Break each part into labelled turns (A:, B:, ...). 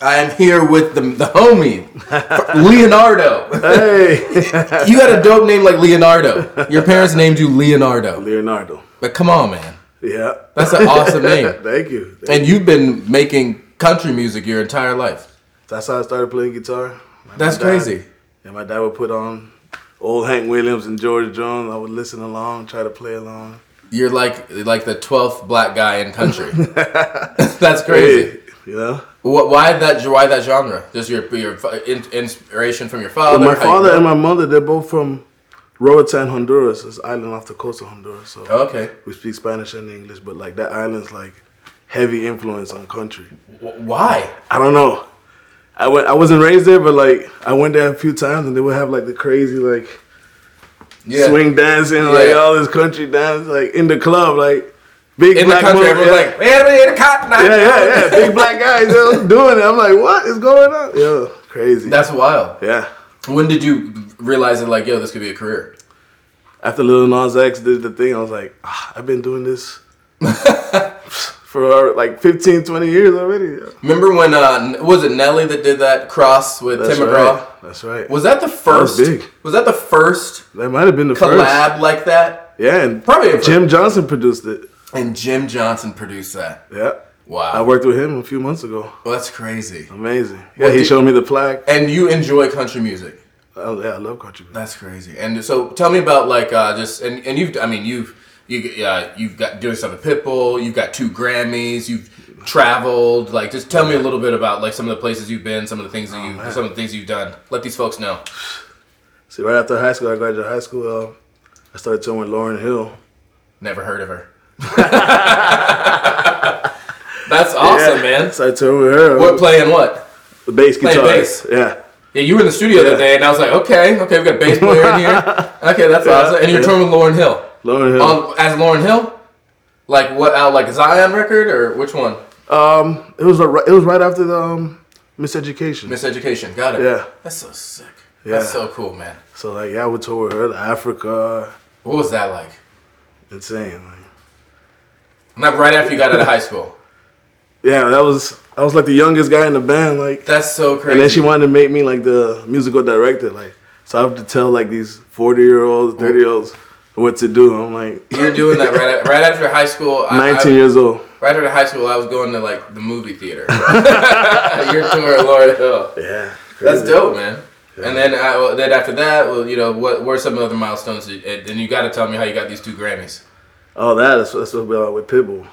A: I am here with the, the homie, Leonardo.
B: Hey,
A: You had a dope name like Leonardo. Your parents named you Leonardo.
B: Leonardo.
A: But come on, man.
B: Yeah,
A: That's an awesome name.
B: Thank you.
A: And you've been making country music your entire life.
B: That's how I started playing guitar. My
A: That's
B: dad-
A: crazy.
B: And my dad would put on old Hank Williams and George Jones. I would listen along, try to play along.
A: You're like like the twelfth black guy in country. That's crazy.
B: Hey, you know.
A: Wh- Why that? Why that genre? Just your your fa- in, inspiration from your father.
B: my
A: How you
B: father
A: grew
B: and
A: up?
B: my mother, they're both from Roatan, Honduras. It's an island off the coast of Honduras. So
A: Oh, Okay.
B: we speak Spanish and English, but like that island's like heavy influence on country.
A: Wh- Why?
B: I don't know. I went. I wasn't raised there, but like I went there a few times, and they would have like the crazy like swing dancing, like
A: Yeah.
B: all this country dance, like in the club, like big
A: In the
B: black
A: country,
B: mother-
A: everyone's
B: yeah.
A: like, "Wait a minute, cotton eye."
B: yeah, yeah, yeah, big black guys you know, doing it. I'm like, what is going on? Yo, crazy.
A: That's wild.
B: yeah.
A: When did you realize that, like, yo, this could be a career?
B: After Lil Nas X did the thing, I was like, ah, I've been doing this for like 15, 20 years already. Yeah.
A: Remember when uh, was it Nelly that did that cross with
B: That's
A: Tim McGraw?
B: right. That's right.
A: Was that the
B: was
A: first?
B: big.
A: was that the first
B: that might have been the
A: collab
B: first.
A: like that?
B: Yeah, and
A: Probably a-
B: Jim Johnson produced it.
A: And Jim Johnson produced that.
B: Yeah.
A: Wow.
B: I worked with him a few months ago.
A: Well, that's crazy.
B: Amazing. Yeah,
A: What
B: he
A: did-
B: showed me the plaque.
A: And you enjoy country music.
B: Oh, yeah, I love country. music.
A: That's crazy. And so, tell me about like uh, just and, and you've I mean you've you uh, you've got doing stuff at Pitbull. You've got two Grammys. You've traveled. Like, just tell me a little bit about like some of the places you've been, some of the things
B: Oh,
A: that you, some of the things you've done. Let these folks know.
B: See, right after high school, I graduated high school. Uh, I started touring with Lauren Hill.
A: Never heard of her. That's awesome,
B: Yeah,
A: man.
B: Started touring with her.
A: We're playing what?
B: the bass
A: playing
B: guitar.
A: bass.
B: Yeah.
A: Yeah, you were in the studio the
B: Yeah.
A: other day, and I was like, okay, okay, we've got a bass player in here. Okay, that's awesome. And you're
B: yeah.
A: touring with Lauren Hill.
B: Lauren Hill.
A: On, Oh, as Lauren Hill? Like what out like Zion record or which one?
B: Um, it was a, it was right after the um, Miseducation.
A: Miseducation. Got it.
B: Yeah.
A: That's so sick.
B: Yeah.
A: That's so cool, man.
B: so like, yeah, I would tour with her to Africa.
A: What was that like?
B: Insane. Like,
A: Not right after you got out of high school.
B: yeah, that was I was like the youngest guy in the band. Like,
A: That's so crazy.
B: and then she wanted to make me like the musical director. Like, so I have to tell like these forty year olds, thirty year olds what to do. I'm like
A: You're doing that right, right after high school. I- I-
B: nineteen years old.
A: Right out of high school, I was going to like the movie theater. Your tour at Laurel Hill.
B: Yeah,
A: That's
B: crazy.
A: dope, man. And then, I, well, then after that, well, you know, what were some other milestones? that- And and you got to tell me how you got these two Grammys.
B: Oh, that that's, that's what we are with Pitbull.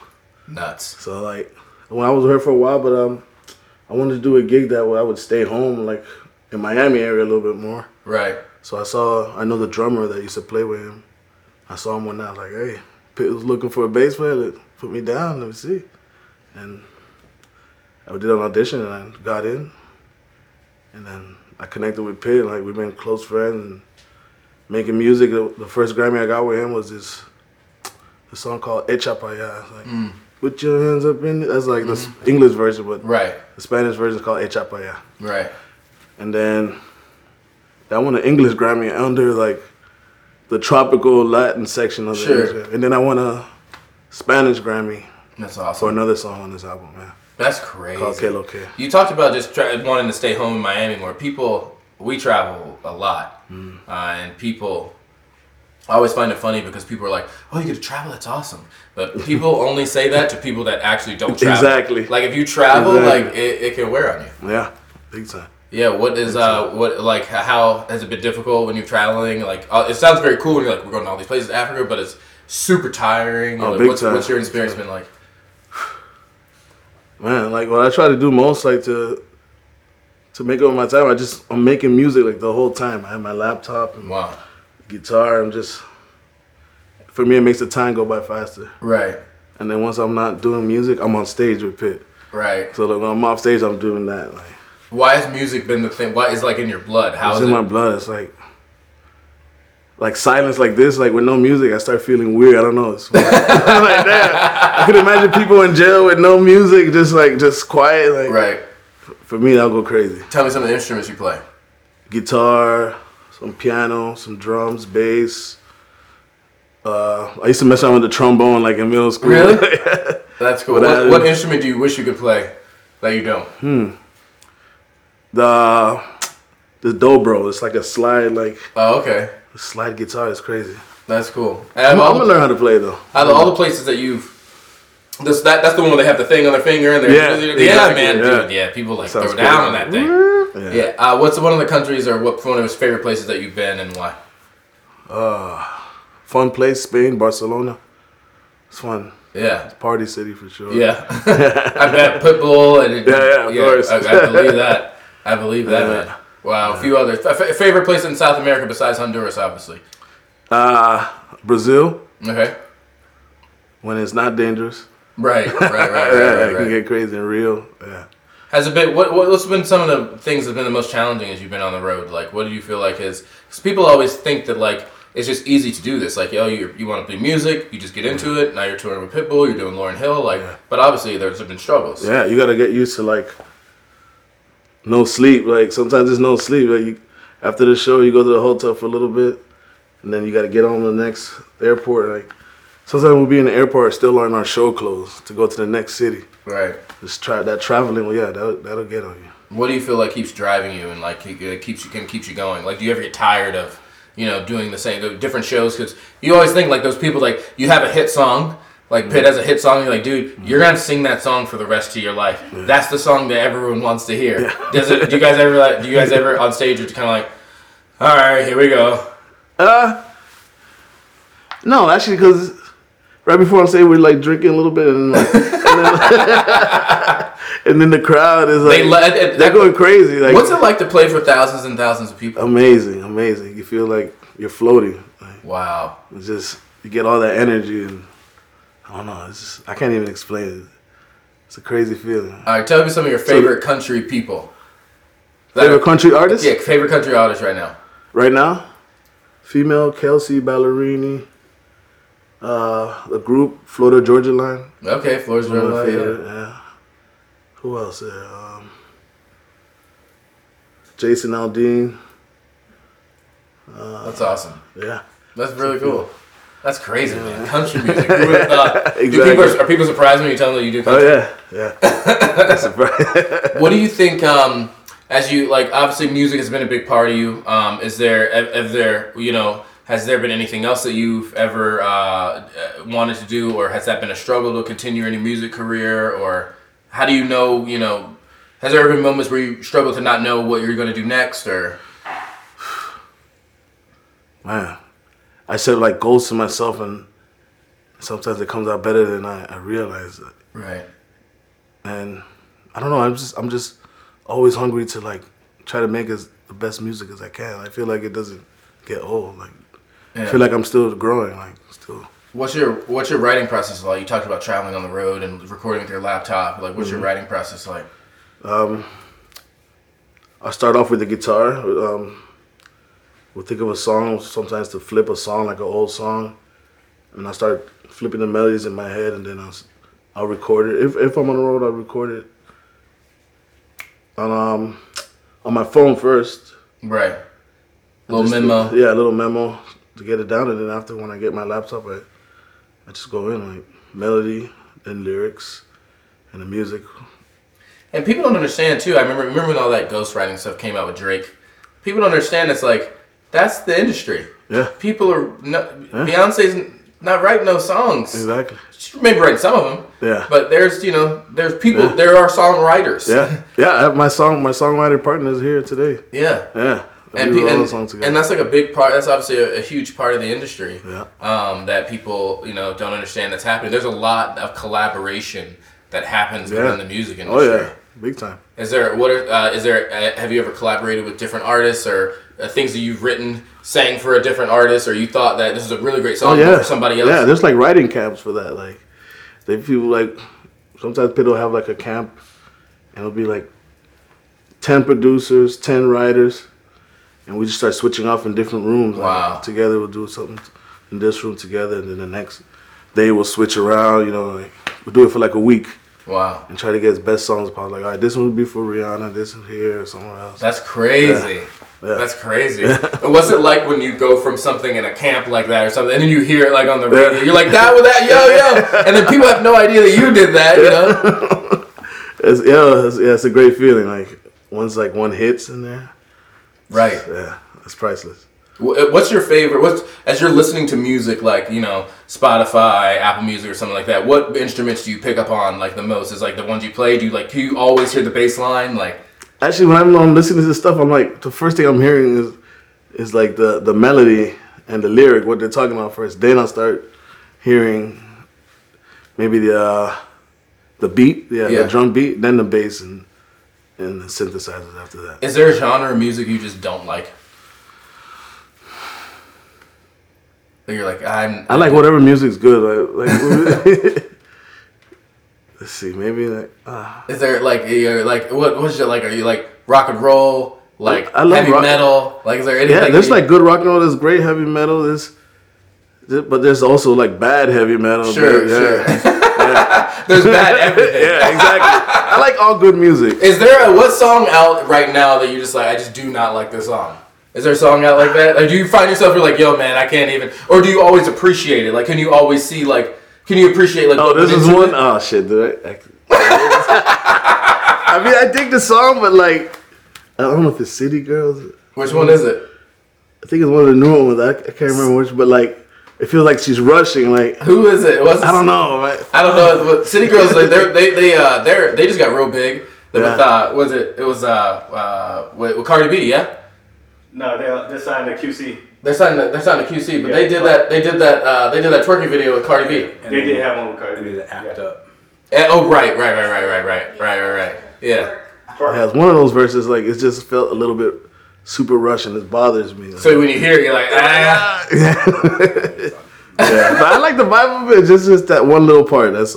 A: Nuts.
B: So like when I was with her for a while, but um, I wanted to do a gig that where I would stay home, like in Miami area a little bit more.
A: Right.
B: So I saw I know the drummer that used to play with him. I saw him one night, like, hey, Pitt was looking for a bass player. Like, put me down, let me see. And I did an audition and I got in. And then I connected with Pitt, like we've been close friends and making music. The, the first Grammy I got with him was this, this song called Echa Pa Ya. It's Like, Put your hands up in. That's like the English version, but
A: Right.
B: the Spanish version is called Echa Pa Ya.
A: Right.
B: And then I won an English Grammy under like the tropical Latin section of the
A: Sure.
B: English. And then I won a Spanish Grammy
A: That's
B: for
A: awesome.
B: another song on this album, man.
A: That's crazy.
B: Called Que Lo Que.
A: You talked about just try, wanting to stay home in Miami more. People, we travel a lot,
B: Mm.
A: uh, and people. I always find it funny because people are like, "Oh, you get to travel? That's awesome!" But people only say that to people that actually don't travel.
B: Exactly.
A: Like if you travel,
B: Exactly.
A: like it, it can wear on you.
B: Yeah, big time.
A: Yeah. What is uh what like how has it been difficult when you're traveling? Like uh, it sounds very cool when you're like we're going to all these places, Africa, but it's super tiring.
B: Oh,
A: like,
B: big
A: what's,
B: time.
A: what's your experience been like?
B: Man, like what I try to do most, like to to make up my time, I just I'm making music like the whole time. I have my laptop and
A: Wow.
B: guitar. I'm just for me, it makes the time go by faster.
A: Right.
B: And then once I'm not doing music, I'm on stage with Pit.
A: Right.
B: So like, when I'm off stage, I'm doing that. Like
A: Why has music been the thing? Why is like in your blood? How
B: It's
A: is
B: in
A: it?
B: my blood. It's like like silence like this, like with no music, I start feeling weird. I don't know. It's weird. I'm like that. I could imagine people in jail with no music, just like just quiet. Like
A: Right.
B: for me, that'll go crazy.
A: Tell me some of the instruments you play.
B: Guitar, some piano, some drums, bass. Uh, I used to mess around with the trombone like in middle school.
A: Really? That's cool. What,
B: What I-
A: what instrument do you wish you could play that you don't?
B: The the dobro. It's like a slide, like
A: Oh, okay.
B: a slide guitar. It's crazy.
A: That's cool.
B: I'm,
A: And all,
B: gonna learn how to play it, though.
A: out of all the places that you've this that that's the one where they have the thing on their finger and they're
B: Yeah,
A: yeah,
B: exactly,
A: man,
B: yeah.
A: dude, yeah, people like
B: Sounds
A: throw down
B: cool.
A: on that thing.
B: Yeah.
A: Yeah. Uh, what's one of the countries or what one of his favorite places that you've been and why?
B: Fun place, Spain, Barcelona. It's fun.
A: Yeah.
B: Party city for sure.
A: Yeah. I bet Pitbull and
B: Yeah, yeah, of course.
A: I, I believe that. I believe that,
B: Yeah.
A: man. Wow, a few other a fa- favorite place in South America besides Honduras, obviously.
B: Uh, Brazil,
A: Okay.
B: when it's not dangerous.
A: Right, right, right, right,
B: yeah,
A: right,
B: it
A: right.
B: can get crazy and real. Yeah.
A: Has it been what, what? What's been some of the things that's been the most challenging as you've been on the road? Like, what do you feel like is? Because people always think that like it's just easy to do this. Like, yo, you you want to play music, you just get into it. Now you're touring with Pitbull, you're doing Lauren Hill. Like, but obviously there's been struggles.
B: Yeah, you gotta get used to like no sleep. Like sometimes there's no sleep. Like you, after the show, you go to the hotel for a little bit, and then you gotta get on the next airport. Like sometimes we'll be in the airport still on our show clothes to go to the next city.
A: Right.
B: Just try that traveling. Yeah, that'll, that'll get on you.
A: What do you feel like keeps driving you and like ke- uh, keeps you can keeps you going? Like, do you ever get tired of you know doing the same the different shows? Because you always think like those people like you have a hit song. Like
B: Mm-hmm.
A: Pitt has a hit song, you're like, dude, you're gonna have to sing that song for the rest of your life. That's the song that everyone wants to hear. Does it? Do you guys ever like? Do you guys ever on stage? It's kind of like, all right, here we go.
B: Uh, no, actually, because right before I'm saying we're like drinking a little bit, and, like, and, then, and then the crowd is like
A: They let it,
B: they're going crazy. Like Oh.
A: What's it like to play for thousands and thousands of people?
B: amazing, amazing. You feel like you're floating. Like,
A: Wow.
B: it's just you get all that energy, and I don't know. It's just, I can't even explain it. It's a crazy feeling.
A: All right, tell me some of your favorite country people. That-
B: Favorite country artist
A: Yeah, favorite country artists right now.
B: right now, female Kelsey Ballerini. Uh, the group Florida Georgia Line.
A: Okay, Florida's
B: One of
A: Red
B: my
A: Line. yeah.
B: favorite, yeah. Who else there? Um, Jason Aldean.
A: That's awesome.
B: Yeah.
A: That's really cool. That's crazy, man. Country music. Who would've thought? Do
B: Exactly.
A: people, are people surprised when you tell them that you do
B: Oh
A: country?
B: yeah, yeah. That's surprising.
A: What do you think? Um, as you like, obviously, music has been a big part of you. Um, is there, have, have there, you know, has there been anything else that you've ever uh, uh, wanted to do, or has that been a struggle to continue in your music career, or how do you know, you know, has there ever been moments where you struggle to not know what you're going to do next, or
B: Man, I set like goals to myself, and sometimes it comes out better than I, I realize.
A: right?
B: And I don't know. I'm just I'm just always hungry to like try to make as the best music as I can. I feel like it doesn't get old. Like I
A: Yeah.
B: feel like I'm still growing. Like still.
A: What's your what's your writing process like? You talked about traveling on the road and recording with your laptop. Like, what's your
B: Mm-hmm.
A: writing process like?
B: Um, I start off with the guitar. Um, we'll think of a song, sometimes to flip a song, like an old song, and I start flipping the melodies in my head, and then I'll, s- I'll record it. If, if I'm on the road, I'll record it on, um, on my phone first.
A: Right. Little
B: Just to-
A: memo.
B: yeah, a little memo to get it down, and then after when I get my laptop, I, I just go in, like melody, then lyrics, and the music.
A: And people don't understand too. I remember remember when all that ghostwriting stuff came out with Drake. People don't understand. It's like that's the industry.
B: Yeah,
A: People are no, Beyonce's not writing no songs.
B: exactly.
A: She may write some of them.
B: Yeah.
A: But there's you know there's people there are songwriters.
B: Yeah, yeah. I have my song, my songwriter partner is here today.
A: Yeah.
B: Yeah.
A: And,
B: we
A: pe-
B: wrote all
A: and,
B: the songs together.
A: and that's like a big part. That's obviously a, a huge part of the industry.
B: Yeah.
A: um, that people you know don't understand that's happening. There's a lot of collaboration that happens
B: Yeah.
A: within the music
B: oh
A: industry.
B: yeah, big time.
A: Is there what are, uh, is there? Uh, have you ever collaborated with different artists or uh, things that you've written, sang for a different artist, or you thought that this is a really great
B: Oh
A: song
B: yeah,
A: for somebody else?
B: Yeah, there's like writing camps for that. Like, they people like sometimes people have like a camp, and it'll be like ten producers, ten writers, and we just start switching off in different rooms. Like,
A: Wow.
B: together we'll do something in this room together, and then the next day we'll switch around. You know, like we'll do it for like a week
A: Wow,
B: and try to get as best songs possible. Like, all right, this one would be for Rihanna, this one here, or somewhere else.
A: that's crazy.
B: Yeah.
A: That's crazy. And What's it like when you go from something in a camp like that or something, and then you hear it like on the radio? You're like that with that, yo, yo, and then people have no idea that you did that. You know?
B: It's, yeah, it's, yeah, it's a great feeling. Like One's like one hits in there.
A: Right.
B: Yeah, it's priceless.
A: Wh- What's your favorite? What's as you're listening to music, like you know Spotify, Apple Music, or something like that? What instruments do you pick up on like the most? Is like the ones you play? Do you like? Do you always hear the bass line? Like
B: Actually, when I'm, I'm listening to this stuff, I'm like the first thing I'm hearing is is like the the melody and the lyric, what they're talking about first. Then I start hearing maybe the uh, the beat, yeah,
A: Yeah.
B: the drum beat, then the bass and and the synthesizers after that.
A: Is there a genre of music you just don't like? That you're like, I'm.
B: I like whatever music's good. Like, like let's see, maybe like uh,
A: Is there like you're like what what's your like? Are you like rock and roll? Like
B: I love
A: heavy
B: rock-
A: metal? Like is there anything?
B: yeah, there's
A: you-
B: like good rock and roll, there's great heavy metal, there's there- but there's also like bad heavy metal.
A: Sure,
B: but,
A: sure.
B: yeah.
A: there's bad everything.
B: yeah, exactly. I like all good music.
A: Is there a what song out right now that you just like? I just do not like this song. Is there a song out like that? Like, do you find yourself you're like, yo, man, I can't even? Or do you always appreciate it? Like, can you always see like? Can you appreciate like?
B: Oh,
A: what
B: this is
A: instrument-
B: one. Oh shit, dude. I, I, I mean, I dig the song, but like, I don't know if it's City Girls.
A: Which one is it?
B: I think it's one of the newer ones. I, I can't remember which, but like, it feels like she's rushing. Like,
A: Who is it? What's
B: I don't know. Man.
A: I don't know. But City Girls, like, they're, they they uh they they just got real big. The- With,
B: Yeah.
A: uh, was it? It was uh uh with, with Cardi B, yeah.
C: No, they they signed a QC.
A: They're signed. To, they're signed to QC, but they
C: Yeah.
A: did that. They did that. Uh, they did that twerking video with Cardi B.
C: They did have one with Cardi
D: Maybe
C: B.
D: the act
C: Yeah.
D: up.
A: And, oh right, right, right, right, right, right, right, right, right. Yeah.
B: It has one of those verses. Like, it just felt a little bit super rushing. It bothers me. Like,
A: So when you hear it, you're like, ah.
B: yeah, but I like the vibe of it. Just, just that one little part. That's,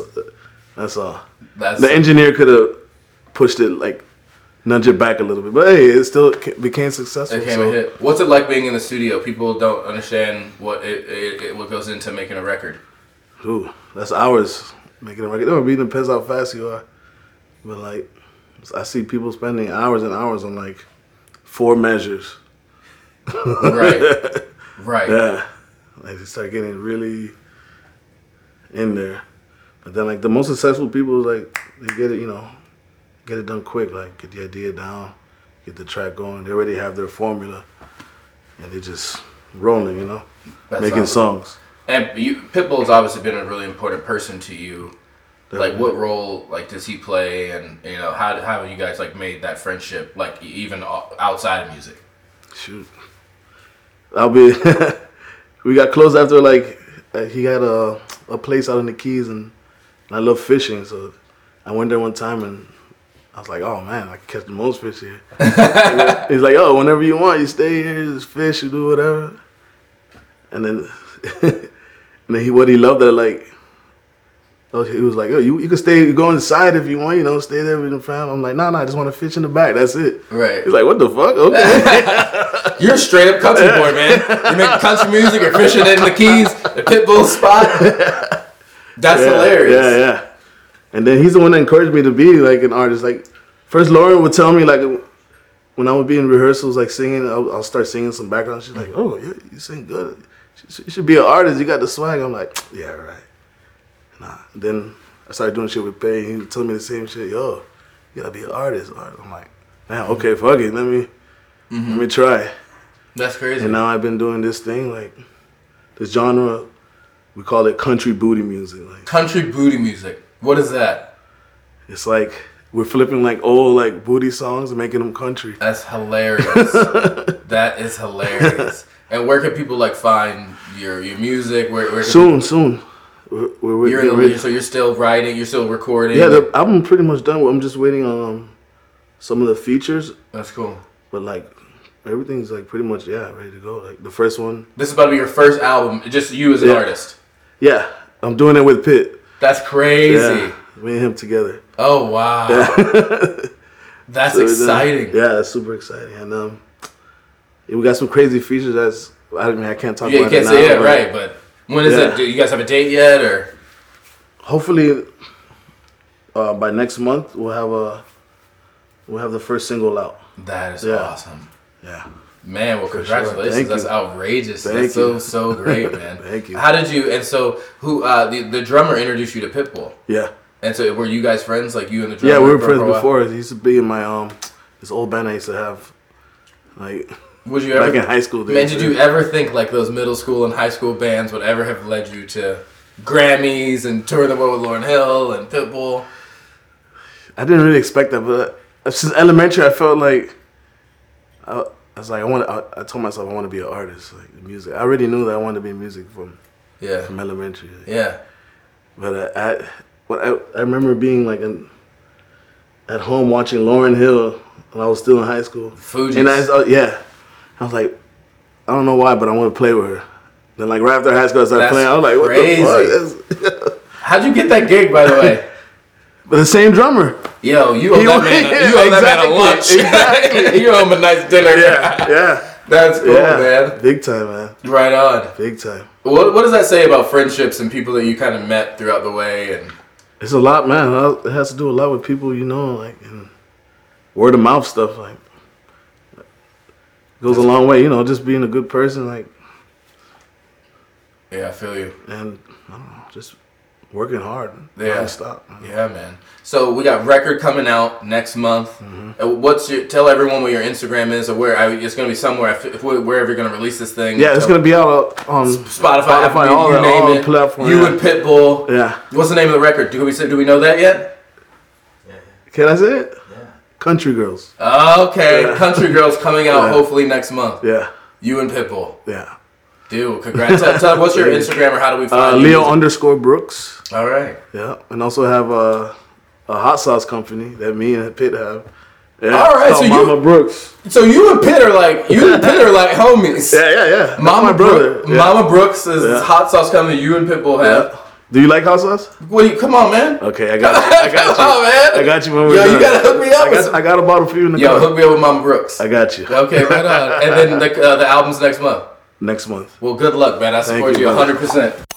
B: that's all.
A: That's
B: The engineer could have pushed it like nudge it back a little bit, but hey, it still ca- became successful.
A: that came
B: so
A: a hit. What's it like being in the studio? People don't understand what it, it, it what goes into making a record.
B: Ooh, that's ours making a record. Oh, it depends how fast you are, but like I see people spending hours and hours on like four measures.
A: Right. right.
B: Yeah, like they start getting really in there, but then like the most successful people like they get it, you know, get it done quick. Like get the idea down, get the track going. They already have their formula, and they just rolling, you know,
A: That's
B: making
A: awesome.
B: songs.
A: And you, Pitbull's obviously been a really important person to you. Like,
B: Definitely.
A: what role like does he play, and you know how how have you guys like made that friendship like e- even o- outside of music?
B: Shoot. I'll be. we got close after like uh, he had a a place out in the Keys, and, and I love fishing, so I went there one time and. I was like, oh man, I can catch the most fish here. And then he's like, oh, whenever you want, you stay here, just fish, you do whatever. And then, and then he, what he loved that like, oh, he was like, oh, you, you can stay, you go inside if you want, you know, stay there with the family. I'm like, nah, nah, I just want to fish in the back, that's it.
A: Right.
B: He's like, what the fuck? Okay.
A: You're a straight up country boy, man. You make country music, you're fishing in the keys, the Pitbull spot. That's
B: Yeah,
A: hilarious.
B: Yeah, yeah. And then he's the one that encouraged me to be like an artist. Like first, Lauren would tell me like when I would be in rehearsals, like singing, I'll, I'll start singing some background. She's like, "Oh, you, you sing good. You should be an artist. You got the swag." I'm like, "Yeah, right." Nah. Then I started doing shit with Payne. He would tell me the same shit. Yo, you gotta be an artist. Art. I'm like, "Man, okay, fuck it. Let me, let me try."
A: That's crazy.
B: And uh, now I've been doing this thing like this genre. We call it country booty music. Like
A: Country booty music. What is that?
B: It's like we're flipping like old like booty songs and making them country.
A: That's hilarious. that is hilarious. And where can people like find your your music? Where, where can
B: Soon, soon. We're, we're, we're
A: people- you're in the
B: getting ready.
A: so you're still writing, you're still recording.
B: Yeah, the album pretty much done. I'm just waiting on um, some of the features,
A: that's cool.
B: but like everything's like pretty much yeah ready to go. Like the first one,
A: This is about to be your first album, just you as an
B: Yeah.
A: artist.
B: yeah, I'm doing it with Pitt.
A: That's crazy.
B: Yeah, me and him together.
A: Oh wow. That's
B: So it's, uh,
A: exciting.
B: Yeah, that's super exciting. And um, yeah, we got some crazy features. That's I mean I can't talk
A: Yeah, you
B: about
A: can't
B: it
A: say
B: now,
A: yeah,
B: but
A: right. But when is
B: Yeah.
A: it? Do you guys have a date yet, or
B: hopefully uh, by next month we'll have a we'll have the first single out.
A: that is
B: Yeah.
A: awesome,
B: Yeah.
A: man. Well,
B: sure.
A: congratulations.
B: Thank
A: That's
B: you.
A: outrageous.
B: Thank
A: That's so
B: you.
A: so great, man.
B: Thank you.
A: How did you? And so who? Uh, the the drummer introduced you to Pitbull.
B: Yeah.
A: And so were you guys friends? Like you and the drummer?
B: Yeah, we were
A: for-
B: friends
A: for a while?
B: before. He used to be in my um This old band I used to have, like
A: Would you ever
B: back in high school.
A: Man,
B: days,
A: did you ever think like those middle school and high school bands would ever have led you to Grammys and tour the world with Lauren Hill and Pitbull?
B: I didn't really expect that, but uh, since elementary, I felt like I, I was like I want. I, I told myself I want to be an artist, like in music. I already knew that I wanted to be in music from
A: Yeah,
B: from elementary. like.
A: yeah,
B: But I, I, when I, I remember being like in, at home watching Lauren Hill when I was still in high school.
A: Fugees.
B: And I, was- yeah, I was like, I don't know why, but I want to play with her. Then like right after high school, I started
A: That's
B: playing. I was like, what
A: crazy.
B: the fuck? That's-
A: How'd you get that gig, by the way?
B: but the same drummer.
A: Yo, you owe
B: He
A: that
B: was-
A: man. A,
B: yeah,
A: you owe that man a
B: exactly,
A: lunch.
B: exactly.
A: you owe him a nice dinner.
B: yeah,
A: that's cool,
B: yeah,
A: man.
B: big time, man,
A: Right on.
B: big time.
A: What, what does that say about friendships and people that you kind of met throughout the way? And
B: It's a lot, man. It has to do a lot with people, you know, like and word of mouth stuff. Like goes a long way, you know, just being a good person, like
A: yeah, I feel you.
B: and I don't know, just working hard,
A: Yeah.
B: nonstop.
A: Yeah, man. So we got record coming out next month.
B: Mm-hmm.
A: Uh, What's your tell everyone what your Instagram is or where I, it's going to be somewhere if, if, wherever you're going to release this thing.
B: Yeah, it's
A: Tell-
B: gonna be um, out on
A: Spotify, Apple, Music,
B: all,
A: you
B: the,
A: name
B: all
A: it.
B: the platforms.
A: You
B: yeah.
A: and Pitbull.
B: yeah.
A: What's the name of the record? Do we say, do we know that yet?
B: Can I say it? Country girls.
A: Okay,
B: Yeah.
A: Country Girls coming out
B: Yeah.
A: hopefully next month.
B: Yeah,
A: You and Pitbull.
B: yeah.
A: Dude, congrats. Tell- tell- what's your Instagram or how do we
B: Uh,
A: find you?
B: Leo underscore Brooks.
A: All right.
B: Yeah, and also have uh, a hot sauce company that me and Pitt have. Yeah,
A: All right,
B: it's
A: so
B: called
A: you-
B: Mama Brooks.
A: So you and Pitt are like you and Pitt are like homies.
B: Yeah, yeah, yeah. That's
A: Mama
B: my brother.
A: Brooks,
B: Yeah.
A: Mama Brooks is
B: Yeah.
A: hot sauce company you and Pitbull have.
B: Yeah. Do you like hot sauce?
A: Wait, come on, man.
B: Okay, I got you. I got you.
A: Come on, Oh, man.
B: I got you when
A: Yo,
B: we're done.
A: you gotta hook me up.
B: I
A: with
B: got,
A: some-
B: I got a bottle for you in the
A: Yo,
B: car.
A: hook me up with Mama Brooks.
B: I got you.
A: Okay, right on. And then the, uh, the album's next month.
B: Next month.
A: Well, good luck, man. I support
B: you,
A: you
B: brother.
A: 100%.